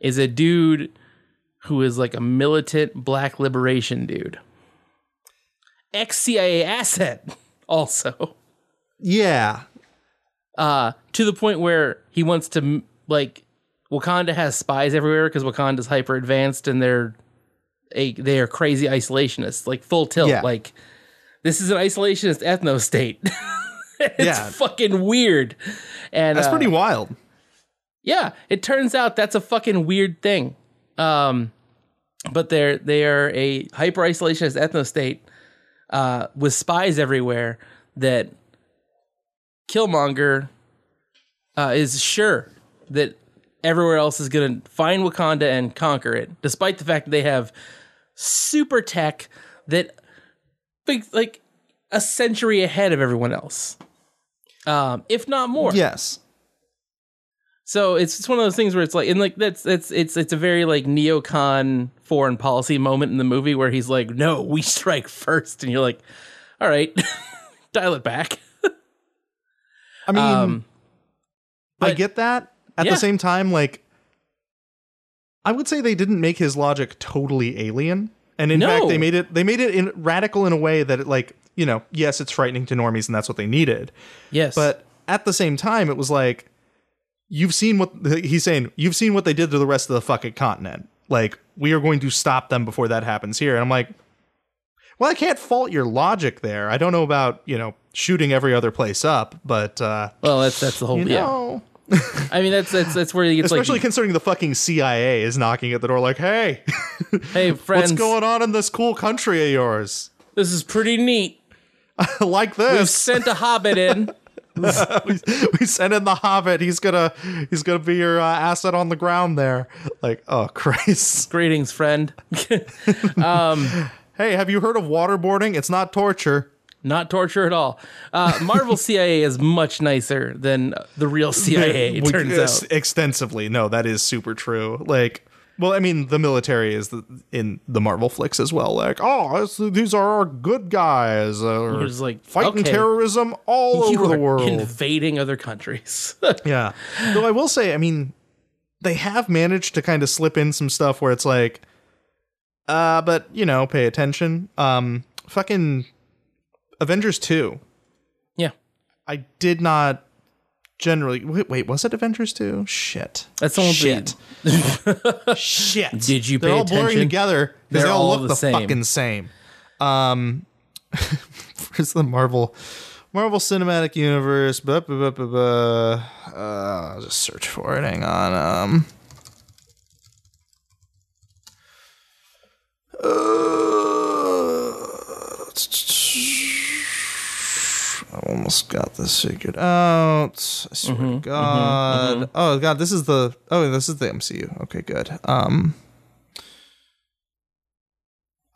Speaker 2: is a dude who is like a militant black liberation dude ex CIA asset, also.
Speaker 1: Yeah.
Speaker 2: Uh, to the point where he wants to, m- like, Wakanda has spies everywhere because Wakanda's hyper advanced and they're a, they are crazy isolationists, like full tilt.
Speaker 1: Yeah.
Speaker 2: Like, this is an isolationist ethno state. it's
Speaker 1: Yeah.
Speaker 2: fucking weird. And
Speaker 1: That's
Speaker 2: uh,
Speaker 1: pretty wild.
Speaker 2: yeah, it turns out that's a fucking weird thing. Um, but they're they are a hyper isolationist ethno state uh, with spies everywhere that Killmonger uh, is sure that everywhere else is going to find Wakanda and conquer it, despite the fact that they have super tech that like, like a century ahead of everyone else, um, if not more.
Speaker 1: Yes.
Speaker 2: So it's it's one of those things where it's like, and like that's that's it's it's a very like neocon foreign policy moment in the movie where he's like, "No, we strike first. and you're like, "All right, dial it back."
Speaker 1: I mean,
Speaker 2: Um,
Speaker 1: I
Speaker 2: But-
Speaker 1: get that. At
Speaker 2: Yeah.
Speaker 1: the same time, like I would say they didn't make his logic totally alien. And in
Speaker 2: No.
Speaker 1: fact, they made it they made it in, radical in a way that it like, you know, yes, it's frightening to normies and that's what they needed.
Speaker 2: Yes.
Speaker 1: But at the same time, it was like you've seen what he's saying, you've seen what they did to the rest of the fucking continent. Like we are going to stop them before that happens here. And I'm like, well, I can't fault your logic there. I don't know about, you know, shooting every other place up, but uh
Speaker 2: well, that's that's the whole.
Speaker 1: you
Speaker 2: yeah.
Speaker 1: know,
Speaker 2: I mean, that's that's that's where it gets
Speaker 1: especially
Speaker 2: like,
Speaker 1: considering the fucking CIA is knocking at the door like, "Hey,
Speaker 2: hey friends,
Speaker 1: what's going on in this cool country of yours?"
Speaker 2: this is pretty neat.
Speaker 1: like
Speaker 2: We've
Speaker 1: this.
Speaker 2: sent a hobbit in.
Speaker 1: we, we sent in the Hobbit. He's gonna he's gonna be your uh, asset on the ground there. Like, oh Christ!
Speaker 2: Greetings, friend.
Speaker 1: Hey, have you heard of waterboarding? It's not torture.
Speaker 2: Not torture at all. Uh, Marvel CIA is much nicer than the real CIA. It
Speaker 1: We-
Speaker 2: turns
Speaker 1: yes,
Speaker 2: out.
Speaker 1: extensively. No, that is super true. Like. Well, I mean, the military is the, in the Marvel flicks as well. Like, oh, it's- these are our good guys. Uh,
Speaker 2: You're just like,
Speaker 1: fighting
Speaker 2: okay.
Speaker 1: terrorism all
Speaker 2: You
Speaker 1: over the
Speaker 2: are
Speaker 1: world.
Speaker 2: invading other countries.
Speaker 1: Yeah. Though I will say, I mean, they have managed to kind of slip in some stuff where it's like, uh, but you know, pay attention. Um, fucking Avengers two.
Speaker 2: yeah,
Speaker 1: I did not generally wait. wait was it Avengers two? Shit.
Speaker 2: that's the one
Speaker 1: Shit.
Speaker 2: thing.
Speaker 1: Shit.
Speaker 2: Did you
Speaker 1: They're
Speaker 2: pay
Speaker 1: all blurring
Speaker 2: attention?
Speaker 1: together because they
Speaker 2: They're
Speaker 1: all
Speaker 2: all
Speaker 1: look
Speaker 2: the
Speaker 1: the,
Speaker 2: same.
Speaker 1: fucking same. Um, where's the Marvel? Marvel Cinematic Universe. Buh, buh, buh, buh, buh. Uh, I'll just search for it. Hang on. Um. uh, I almost got this figured out. I swear
Speaker 2: Mm-hmm.
Speaker 1: to God. Oh God, this is the oh this is the MCU. Okay, good. Um.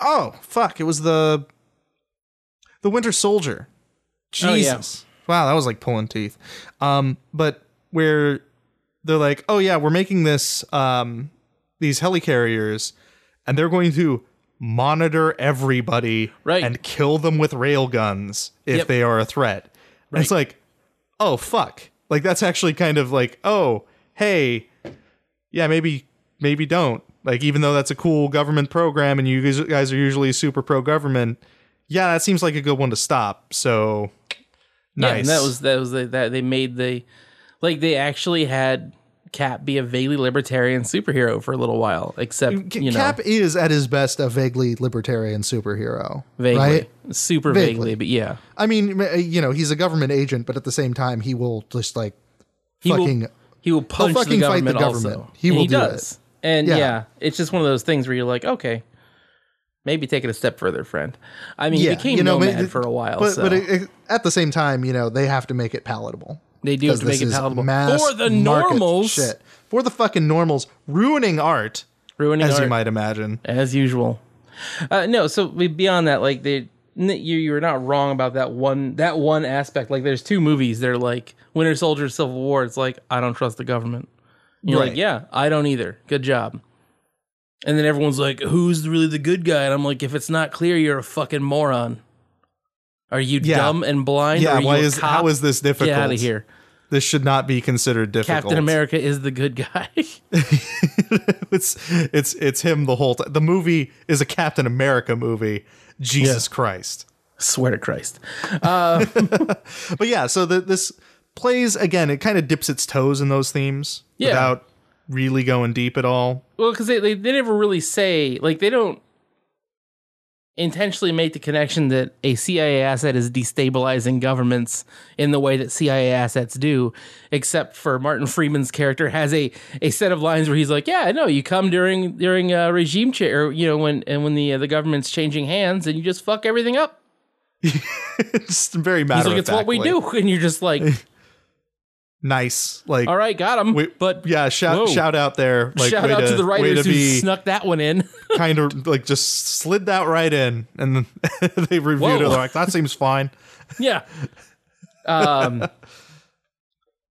Speaker 1: Oh fuck! It was the the Winter Soldier.
Speaker 2: Oh, yeah.
Speaker 1: Jesus. Wow, that was like pulling teeth. Um, but where they're like, oh yeah, we're making this um these helicarriers, and they're going to monitor everybody
Speaker 2: Right.
Speaker 1: and kill them with rail guns if
Speaker 2: Yep.
Speaker 1: they are a threat. And It's like, oh fuck. Like that's actually kind of like, oh, hey, yeah, maybe maybe don't. Like even though that's a cool government program and you guys- guys are usually super pro government, yeah, that seems like a good one to stop. So nice.
Speaker 2: Yeah, and that was that was the, that they made the like they actually had Cap be a vaguely libertarian superhero for a little while, except
Speaker 1: C-
Speaker 2: you know
Speaker 1: Cap is at his best a vaguely libertarian superhero,
Speaker 2: vaguely,
Speaker 1: right?
Speaker 2: super vaguely.
Speaker 1: Vaguely.
Speaker 2: but yeah,
Speaker 1: I mean, m- you know, he's a government agent, but at the same time, he will just like
Speaker 2: he
Speaker 1: fucking
Speaker 2: will he will punch
Speaker 1: fucking
Speaker 2: the
Speaker 1: fight the
Speaker 2: government. Also,
Speaker 1: government. He
Speaker 2: And
Speaker 1: will
Speaker 2: he
Speaker 1: do
Speaker 2: does, and yeah.
Speaker 1: Yeah.
Speaker 2: it's just one of those things where you're like, okay, maybe take it a step further, friend. I mean, he became
Speaker 1: but-
Speaker 2: nomad for a while,
Speaker 1: But,
Speaker 2: so
Speaker 1: but it, it- at the same time, you know, they have to make it palatable.
Speaker 2: They do
Speaker 1: 'Cause
Speaker 2: have to make
Speaker 1: this
Speaker 2: it
Speaker 1: is
Speaker 2: palatable.
Speaker 1: mass
Speaker 2: For the
Speaker 1: market
Speaker 2: normals.
Speaker 1: shit. for the fucking normals, ruining art,
Speaker 2: ruining
Speaker 1: as
Speaker 2: art.
Speaker 1: you might imagine.
Speaker 2: as usual. Uh, no, so we- beyond that, like they, n- you you're not wrong about that one that one aspect. Like there's two movies. They're like Winter Soldier, Civil War. It's like I don't trust the government. And you're like,
Speaker 1: Right.
Speaker 2: yeah, I don't either. Good job. And then everyone's like, who's really the good guy? And I'm like, if it's not clear, you're a fucking moron. Are you
Speaker 1: Yeah.
Speaker 2: dumb and blind? or
Speaker 1: Yeah,
Speaker 2: are you
Speaker 1: why
Speaker 2: a
Speaker 1: is
Speaker 2: cop?
Speaker 1: how is this difficult?
Speaker 2: get out of here?
Speaker 1: This should not be considered difficult.
Speaker 2: Captain America is the good guy.
Speaker 1: it's it's it's him the whole time. The movie is a Captain America movie. Jesus Christ.
Speaker 2: Swear to Christ.
Speaker 1: But yeah, so the, this plays again. It kind of dips its toes in those themes
Speaker 2: Yeah.
Speaker 1: without really going deep at all.
Speaker 2: Well, because they, they they never really say like they don't intentionally make the connection that a CIA asset is destabilizing governments in the way that CIA assets do, except for Martin Freeman's character has a a set of lines where he's like, "Yeah, no, you come during during uh, regime change, or you know when and when the uh, the government's changing hands, and you just fuck everything up."
Speaker 1: it's very
Speaker 2: He's
Speaker 1: matter of
Speaker 2: like, "It's what we do," and you're just like,
Speaker 1: Nice, like
Speaker 2: "All right, got him."
Speaker 1: we-
Speaker 2: but
Speaker 1: yeah, shout
Speaker 2: whoa.
Speaker 1: shout out there. Like,
Speaker 2: shout
Speaker 1: way
Speaker 2: out to, the
Speaker 1: way
Speaker 2: writers
Speaker 1: to
Speaker 2: who
Speaker 1: be
Speaker 2: snuck that one in.
Speaker 1: kind of like just slid that right in, and then they reviewed it.
Speaker 2: Whoa.
Speaker 1: They're like, that seems fine.
Speaker 2: yeah. Um,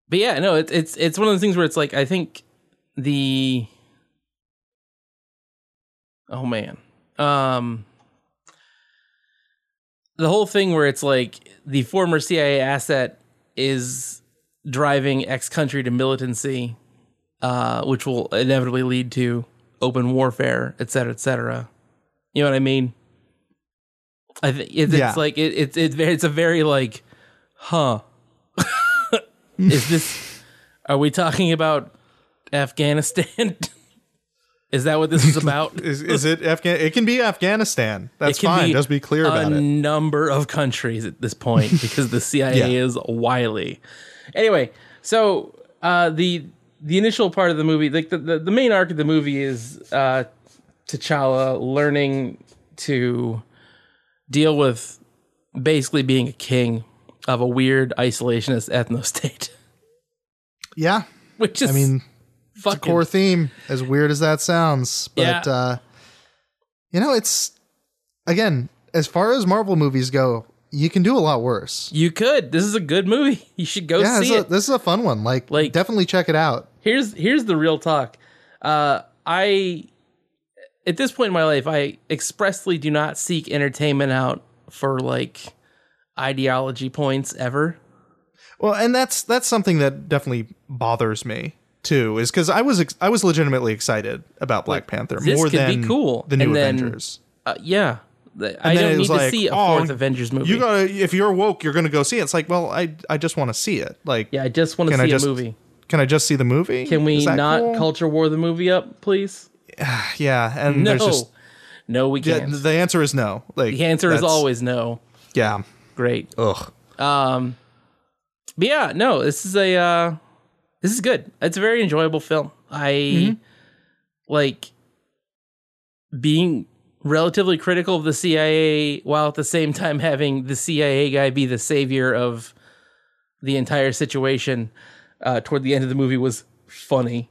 Speaker 2: but yeah, no, it, it's it's one of those things where it's like I think the oh man, um, the whole thing where it's like the former CIA asset is driving X country to militancy, uh, which will inevitably lead to open warfare, et cetera, et cetera. You know what I mean? I think it's,
Speaker 1: Yeah.
Speaker 2: it's like it, it's it's very- it's a very like, huh? Is this? Are we talking about Afghanistan? Is that what this is about?
Speaker 1: Is, is it Afghan? It can be Afghanistan. That's
Speaker 2: It can
Speaker 1: fine. Just be clear about
Speaker 2: a
Speaker 1: it.
Speaker 2: number of countries at this point because the CIA
Speaker 1: Yeah.
Speaker 2: is wily. Anyway, so uh, the the initial part of the movie, like the, the, the main arc of the movie is uh, T'Challa learning to deal with basically being a king of a weird isolationist ethno state,
Speaker 1: Yeah,
Speaker 2: which is
Speaker 1: I mean,
Speaker 2: fucking
Speaker 1: core theme. As weird as that sounds, but
Speaker 2: Yeah.
Speaker 1: uh, you know, it's again as far as Marvel movies go, you can do a lot worse.
Speaker 2: You could. This is a good movie. You should go
Speaker 1: yeah, this,
Speaker 2: see
Speaker 1: is a,
Speaker 2: it.
Speaker 1: this is a fun one. Like,
Speaker 2: Like-
Speaker 1: definitely check it out.
Speaker 2: here's here's the real talk. Uh, I at this point in my life, I expressly do not seek entertainment out for like ideology points ever.
Speaker 1: Well, and that's that's something that definitely bothers me too, is because I was ex- I was legitimately excited about Black Panther
Speaker 2: this
Speaker 1: more
Speaker 2: could be
Speaker 1: than
Speaker 2: cool.
Speaker 1: the new
Speaker 2: And then-
Speaker 1: Avengers.
Speaker 2: Uh, yeah, Th- I
Speaker 1: then it
Speaker 2: don't need
Speaker 1: was
Speaker 2: to
Speaker 1: like,
Speaker 2: see a
Speaker 1: "Oh,
Speaker 2: fourth Avengers movie.
Speaker 1: You gotta if you're woke, you're gonna go see it. It's like, well, I I just want to see it. Like,
Speaker 2: yeah, I just want to
Speaker 1: Can
Speaker 2: see
Speaker 1: I just-
Speaker 2: a movie.
Speaker 1: can I just see the movie?
Speaker 2: Can we
Speaker 1: Is that
Speaker 2: not
Speaker 1: cool?
Speaker 2: culture war the movie up, please?
Speaker 1: Yeah, and
Speaker 2: No,
Speaker 1: there's just
Speaker 2: no, we
Speaker 1: yeah,
Speaker 2: can't.
Speaker 1: the answer is no. Like
Speaker 2: the answer is
Speaker 1: that's-
Speaker 2: always no.
Speaker 1: yeah.
Speaker 2: Great.
Speaker 1: Ugh.
Speaker 2: Um, but yeah, no, this is a uh, this is good. It's a very enjoyable film. I
Speaker 1: Mm-hmm.
Speaker 2: like being relatively critical of the CIA while at the same time having the CIA guy be the savior of the entire situation. Uh, toward the end of the movie was funny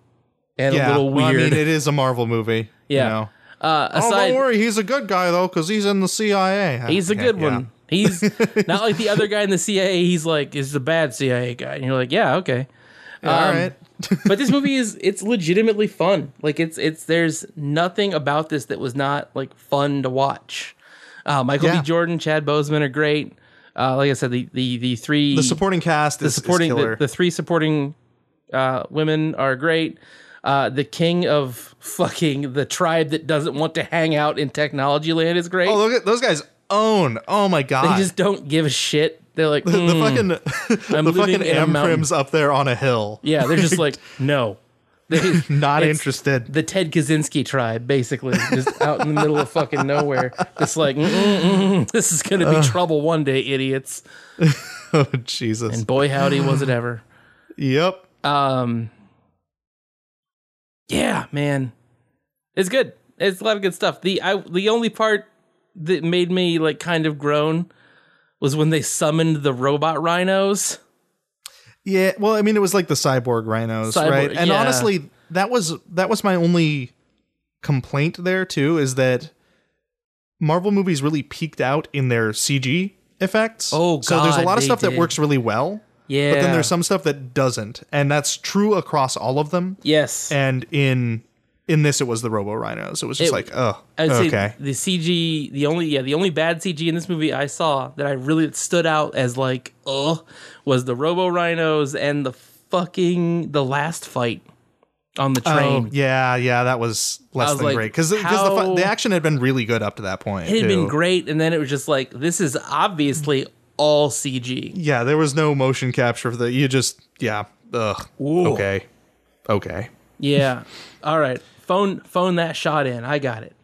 Speaker 2: and
Speaker 1: Yeah.
Speaker 2: a little
Speaker 1: Well,
Speaker 2: weird.
Speaker 1: I mean, it is a Marvel movie.
Speaker 2: Yeah.
Speaker 1: You know?
Speaker 2: uh,
Speaker 1: Oh,
Speaker 2: aside,
Speaker 1: don't worry, he's a good guy though, because he's in the CIA.
Speaker 2: He's a
Speaker 1: Yeah,
Speaker 2: good
Speaker 1: yeah.
Speaker 2: one. He's not like the other guy in the CIA. He's like, is the bad CIA guy. And you're like, yeah, okay.
Speaker 1: Yeah, all
Speaker 2: Um,
Speaker 1: right.
Speaker 2: but this movie is it's legitimately fun. Like it's it's there's nothing about this that was not like fun to watch. Uh, Michael
Speaker 1: Yeah.
Speaker 2: B. Jordan, Chad Bozeman are great. Uh, like I said, the the the three
Speaker 1: The supporting cast is,
Speaker 2: supporting
Speaker 1: is
Speaker 2: the,
Speaker 1: killer.
Speaker 2: the three supporting uh, women are great. Uh, the king of fucking the tribe that doesn't want to hang out in technology land is great.
Speaker 1: oh, look at those guys own. Oh my
Speaker 2: they
Speaker 1: god.
Speaker 2: just don't give a shit. They're like,
Speaker 1: the
Speaker 2: "Mm,
Speaker 1: fucking
Speaker 2: I'm
Speaker 1: the
Speaker 2: living
Speaker 1: fucking
Speaker 2: in a mountain."
Speaker 1: Amprims up there on a hill.
Speaker 2: yeah, they're just like, no. They-
Speaker 1: Not
Speaker 2: it's-
Speaker 1: interested.
Speaker 2: the Ted Kaczynski tribe, basically, just out in the middle of fucking nowhere. It's like, mm, mm, mm, this is going to be trouble one day, idiots.
Speaker 1: Oh Jesus.
Speaker 2: And boy, howdy, was it ever.
Speaker 1: yep.
Speaker 2: Um, yeah, man, it's good. It's a lot of good stuff. The I the only part that made me like kind of groan was when they summoned the robot rhinos.
Speaker 1: Yeah, well, I mean, it was like the cyborg rhinos,
Speaker 2: Cyborg-
Speaker 1: right? And
Speaker 2: yeah.
Speaker 1: honestly, that was that was my only complaint there too is that Marvel movies really peaked out in their CG effects.
Speaker 2: Oh,
Speaker 1: so there's a
Speaker 2: God,
Speaker 1: lot of
Speaker 2: they
Speaker 1: stuff
Speaker 2: did.
Speaker 1: that works really well,
Speaker 2: Yeah,
Speaker 1: but then there's some stuff that doesn't, and that's true across all of them.
Speaker 2: yes.
Speaker 1: And in in this, it was the Robo Rhinos. It was just
Speaker 2: It-
Speaker 1: like, oh,
Speaker 2: I would
Speaker 1: okay,
Speaker 2: say the CG, the only yeah, the only bad CG in this movie I saw that I really stood out as like, ugh, was the Robo Rhinos and the fucking the last fight on the train.
Speaker 1: Oh, yeah, yeah, that was less
Speaker 2: I was
Speaker 1: than
Speaker 2: like,
Speaker 1: great because the,
Speaker 2: how-
Speaker 1: fu- the action had been really good up to that point.
Speaker 2: It had
Speaker 1: too.
Speaker 2: been great, and then it was just like, this is obviously all CG.
Speaker 1: Yeah, there was no motion capture for that. You just yeah. Ugh.
Speaker 2: Whoa.
Speaker 1: Okay. Okay.
Speaker 2: Yeah. all right. Phone phone that shot in. I got it.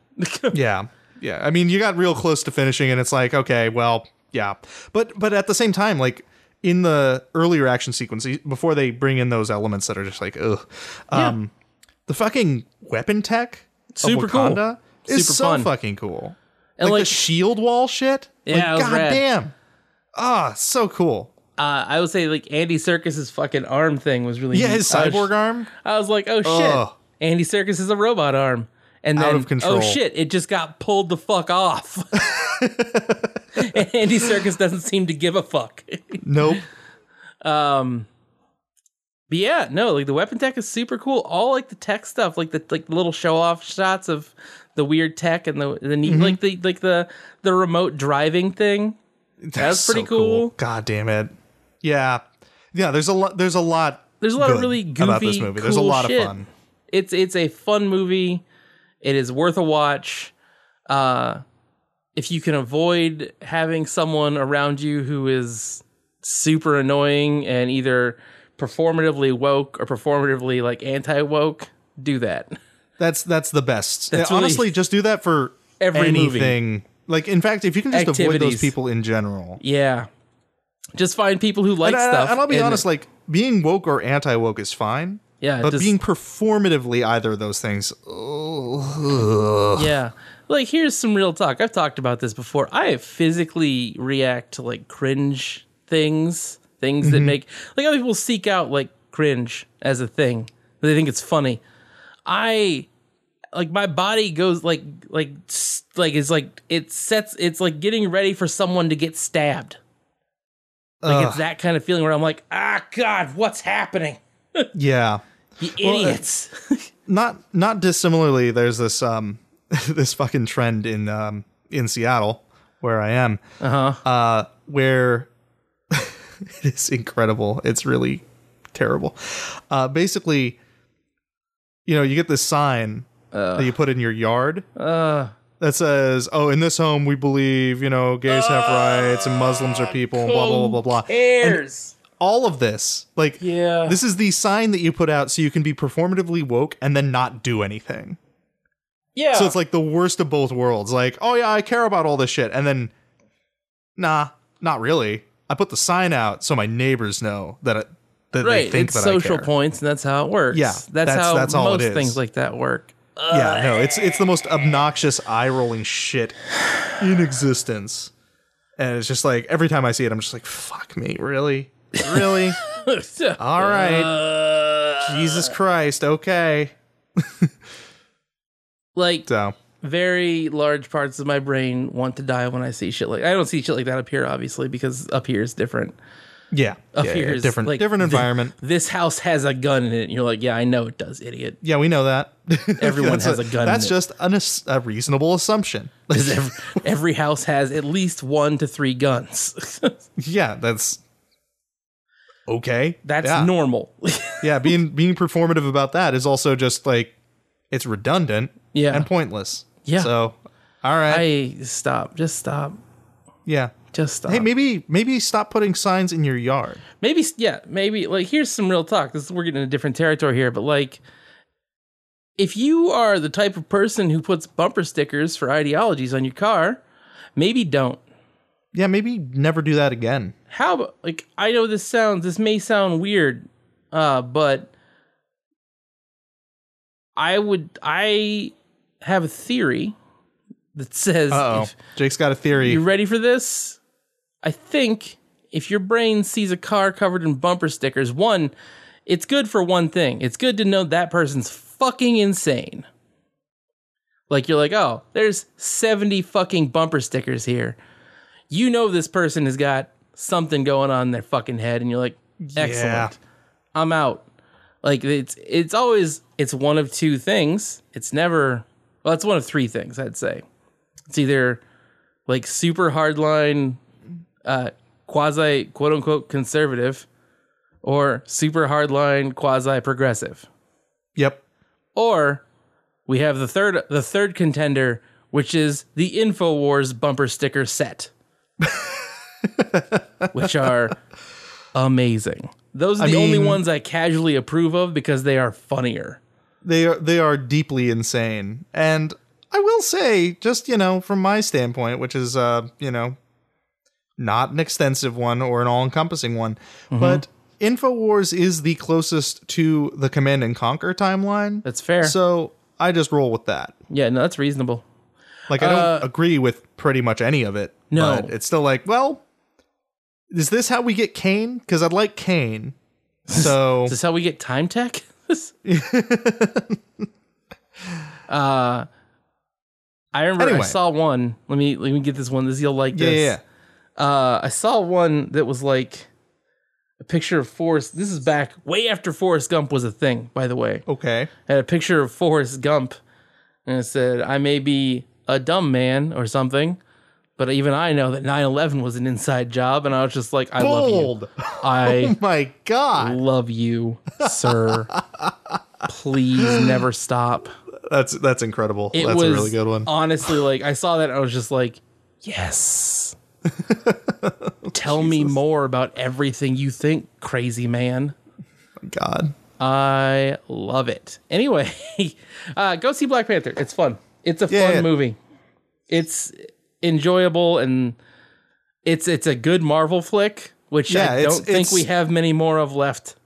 Speaker 1: Yeah. Yeah. I mean, you got real close to finishing and it's like, okay, well, yeah. But but at the same time, like in the earlier action sequence e, before they bring in those elements that are just like, ugh. Um the fucking weapon tech of
Speaker 2: Super cool.
Speaker 1: Wakanda is
Speaker 2: Super
Speaker 1: so
Speaker 2: fun.
Speaker 1: fucking cool.
Speaker 2: And,
Speaker 1: like, the
Speaker 2: like-
Speaker 1: shield wall shit.
Speaker 2: Yeah, it
Speaker 1: like,
Speaker 2: was rad.
Speaker 1: goddamn. Ah, so cool.
Speaker 2: uh, I would say like Andy Circus's fucking arm thing was really
Speaker 1: Yeah,
Speaker 2: neat.
Speaker 1: his
Speaker 2: Mm-hmm. I was-
Speaker 1: cyborg arm.
Speaker 2: I was like, oh shit,
Speaker 1: Ugh.
Speaker 2: Andy Circus is a robot arm. And then,
Speaker 1: Out of control.
Speaker 2: oh shit, it just got pulled the fuck off. and Andy Circus doesn't seem to give a fuck.
Speaker 1: Nope.
Speaker 2: Um, but yeah, no, like the weapon tech is super cool. All like the tech stuff, like the like the little show off shots of the weird tech and the the
Speaker 1: Mm-hmm.
Speaker 2: neat, like the like the the remote driving thing.
Speaker 1: That's
Speaker 2: pretty
Speaker 1: so
Speaker 2: cool.
Speaker 1: God damn it. Yeah. yeah, there's a lot. There's a lot.
Speaker 2: There's a lot of
Speaker 1: good
Speaker 2: really goofy
Speaker 1: about this movie. there's a
Speaker 2: cool
Speaker 1: lot
Speaker 2: shit.
Speaker 1: of fun.
Speaker 2: It's it's a fun movie. It is worth a watch. Uh, if you can avoid having someone around you who is super annoying and either performatively woke or performatively like anti woke, do that.
Speaker 1: That's that's the best.
Speaker 2: That's really-
Speaker 1: Honestly, just do that for
Speaker 2: Every movie.
Speaker 1: anything. Like, in fact, if you can just avoid
Speaker 2: Activities.
Speaker 1: those people in general,
Speaker 2: Yeah, just find people who like
Speaker 1: and, I-
Speaker 2: stuff.
Speaker 1: and I'll be
Speaker 2: and-
Speaker 1: honest, like being woke or anti woke is fine.
Speaker 2: yeah,
Speaker 1: but
Speaker 2: just-
Speaker 1: being performatively either of those things, ugh.
Speaker 2: Yeah. Like here's some real talk. I've talked about this before. I physically react to like cringe things, things
Speaker 1: Mm-hmm.
Speaker 2: that make like other people seek out like cringe as a thing. They think it's funny. I like my body goes like like s- like it's like it sets it's like getting ready for someone to get stabbed. Like it's that kind of feeling where I'm like, "Ah god, what's happening?"
Speaker 1: yeah.
Speaker 2: You
Speaker 1: Well, uh,
Speaker 2: idiots.
Speaker 1: Not not dissimilarly, there's this um this fucking trend in um in Seattle where I am,
Speaker 2: uh-huh.
Speaker 1: uh, where it is incredible. It's really terrible. Uh, basically, you know, you get this sign that you put in your yard
Speaker 2: Uh
Speaker 1: that says, "Oh, in this home, we believe you know gays have rights and Muslims are people and blah blah blah blah blah." And
Speaker 2: cares.
Speaker 1: all of this, like,
Speaker 2: Yeah.
Speaker 1: this is the sign that you put out so you can be performatively woke and then not do anything.
Speaker 2: yeah.
Speaker 1: So it's like the worst of both worlds. Like, oh yeah, I care about all this shit, and then, nah, not really. I put the sign out so my neighbors know that I, that they
Speaker 2: right
Speaker 1: think
Speaker 2: it's
Speaker 1: that
Speaker 2: social
Speaker 1: I care.
Speaker 2: points and that's how it works
Speaker 1: Yeah,
Speaker 2: that's,
Speaker 1: that's-
Speaker 2: how
Speaker 1: that's
Speaker 2: most
Speaker 1: all it is.
Speaker 2: things like that work
Speaker 1: Yeah, no, it's it's the most obnoxious, eye rolling shit in existence, and it's just like every time I see it, I'm just like, fuck me, really, really. All right,
Speaker 2: Uh,
Speaker 1: Jesus Christ, okay.
Speaker 2: like
Speaker 1: So
Speaker 2: very large parts of my brain want to die when i see shit like i don't see shit like that up here obviously because up here is different
Speaker 1: yeah,
Speaker 2: up
Speaker 1: yeah,
Speaker 2: here
Speaker 1: yeah,
Speaker 2: is
Speaker 1: different
Speaker 2: like,
Speaker 1: different
Speaker 2: the-
Speaker 1: environment.
Speaker 2: this house has a gun in it and you're like yeah i know it does idiot
Speaker 1: yeah, we know that.
Speaker 2: Everyone
Speaker 1: That's
Speaker 2: has a gun in
Speaker 1: That's
Speaker 2: it.
Speaker 1: just an, ass- a reasonable assumption.
Speaker 2: 'Cause every, every house has at least one to three guns
Speaker 1: Yeah, that's okay.
Speaker 2: that's
Speaker 1: yeah.
Speaker 2: normal
Speaker 1: Yeah, being being performative about that is also just like it's redundant
Speaker 2: yeah
Speaker 1: and pointless.
Speaker 2: Yeah.
Speaker 1: So, all right.
Speaker 2: i stop just stop
Speaker 1: yeah.
Speaker 2: just stop
Speaker 1: Hey, maybe maybe stop putting signs in your yard.
Speaker 2: maybe yeah maybe like here's some real talk this we're getting into different territory here but like if you are the type of person who puts bumper stickers for ideologies on your car maybe don't
Speaker 1: Yeah, maybe never do that again.
Speaker 2: how about like i know this sounds this may sound weird uh but i would i have a theory that says
Speaker 1: Uh oh.
Speaker 2: if-
Speaker 1: Jake's got a theory.
Speaker 2: you ready for this? I think if your brain sees a car covered in bumper stickers, one, it's good for one thing. It's good to know that person's fucking insane. Like you're like, oh, there's 70 fucking bumper stickers here. You know this person has got something going on in their fucking head, and you're like, excellent.
Speaker 1: Yeah.
Speaker 2: I'm out. Like it's it's always it's one of two things. It's never well, it's one of three things, I'd say. It's either like super hardline uh quasi quote unquote conservative or super hardline quasi progressive.
Speaker 1: Yep.
Speaker 2: Or we have the third the third contender, which is the InfoWars bumper sticker set. which are amazing. Those are the only
Speaker 1: mean-
Speaker 2: ones I casually approve of because they are funnier.
Speaker 1: They are they are deeply insane. And I will say just, you know, from my standpoint, which is uh, you know, not an extensive one or an all-encompassing one,
Speaker 2: Mm-hmm.
Speaker 1: but InfoWars is the closest to the Command and Conquer timeline.
Speaker 2: That's fair.
Speaker 1: So, I just roll with that.
Speaker 2: yeah, no, that's reasonable.
Speaker 1: Like I don't
Speaker 2: Uh,
Speaker 1: agree with pretty much any of it.
Speaker 2: No.
Speaker 1: But it's still like, well, is this how we get Kane? Cuz I'd like Kane. So
Speaker 2: Is this how we get time tech? uh I remember I
Speaker 1: Anyway.
Speaker 2: saw one. Let me let me get this one. This you'll like
Speaker 1: yeah,
Speaker 2: this.
Speaker 1: yeah, yeah.
Speaker 2: uh, I saw one that was like a picture of Forrest. This is back way after Forrest Gump was a thing, by the way.
Speaker 1: Okay.
Speaker 2: I had a picture of Forrest Gump, and it said, "I may be a dumb man or something, But even I know that 9 11 was an inside job. And I was just like, I love
Speaker 1: Bold. Oh
Speaker 2: you. I
Speaker 1: My God,
Speaker 2: love you, sir. Please never stop.
Speaker 1: that's that's incredible.
Speaker 2: It
Speaker 1: that's
Speaker 2: was
Speaker 1: a really good one.
Speaker 2: Honestly, like I saw that, I was just like, yes. Tell me more about everything you think, crazy man.
Speaker 1: God,
Speaker 2: I love it. Anyway, uh, go see Black Panther. It's fun. It's a
Speaker 1: Yeah,
Speaker 2: fun
Speaker 1: yeah.
Speaker 2: movie. It's enjoyable and it's it's a good Marvel flick, which
Speaker 1: Yeah,
Speaker 2: I
Speaker 1: it's-
Speaker 2: don't think
Speaker 1: it's-
Speaker 2: we have many more of left.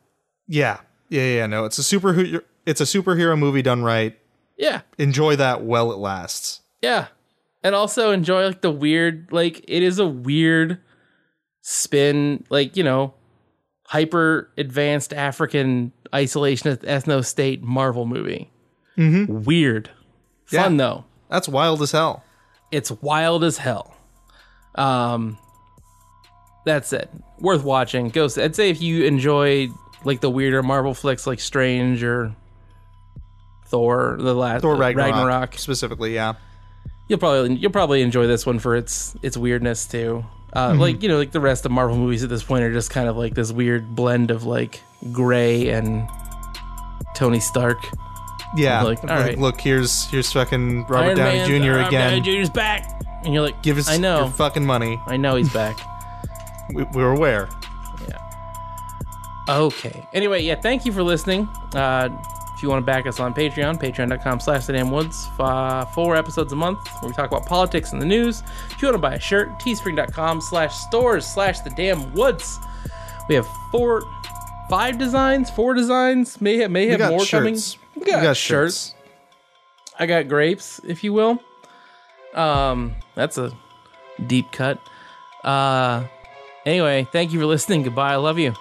Speaker 1: yeah, yeah, yeah. No, it's a super. It's a superhero movie done right.
Speaker 2: Yeah,
Speaker 1: Enjoy that while it lasts.
Speaker 2: yeah, and also enjoy like the weird, like it is a weird spin, like you know, hyper advanced African isolationist ethno state Marvel movie. Weird,
Speaker 1: Mm-hmm. Yeah.
Speaker 2: fun though.
Speaker 1: That's wild as hell.
Speaker 2: It's wild as hell. Um, that's it. Worth watching. Go. s- I'd say if you enjoy like the weirder Marvel flicks, like Strange or Thor, the last
Speaker 1: Thor
Speaker 2: uh,
Speaker 1: Ragnarok,
Speaker 2: Ragnarok,
Speaker 1: specifically. Yeah,
Speaker 2: you'll probably you'll probably enjoy this one for its its weirdness too. Uh,
Speaker 1: Mm-hmm.
Speaker 2: Like you know, like the rest of Marvel movies at this point are just kind of like this weird blend of like gray and Tony Stark.
Speaker 1: yeah.
Speaker 2: Like, all right.
Speaker 1: look, here's here's fucking Robert
Speaker 2: Iron
Speaker 1: Downey
Speaker 2: Man's-
Speaker 1: Jr.
Speaker 2: Iron
Speaker 1: again.
Speaker 2: Downey Jr.'s back, and you're like,
Speaker 1: Give us
Speaker 2: I know,
Speaker 1: your fucking money.
Speaker 2: I know he's back.
Speaker 1: We, we're aware.
Speaker 2: Okay. Anyway, yeah, thank you for listening. Uh, if you want to back us on Patreon, patreon.com slash the damn woods, uh, four episodes a month where we talk about politics and the news. If you want to buy a shirt, teespring.com slash stores slash the damn woods. We have four, five designs, four designs, may have, may
Speaker 1: We
Speaker 2: have
Speaker 1: got
Speaker 2: more
Speaker 1: shirts.
Speaker 2: coming. We got, shirts. I got grapes, if you will. Um, that's a deep cut. Uh, anyway, thank you for listening. Goodbye. I love you.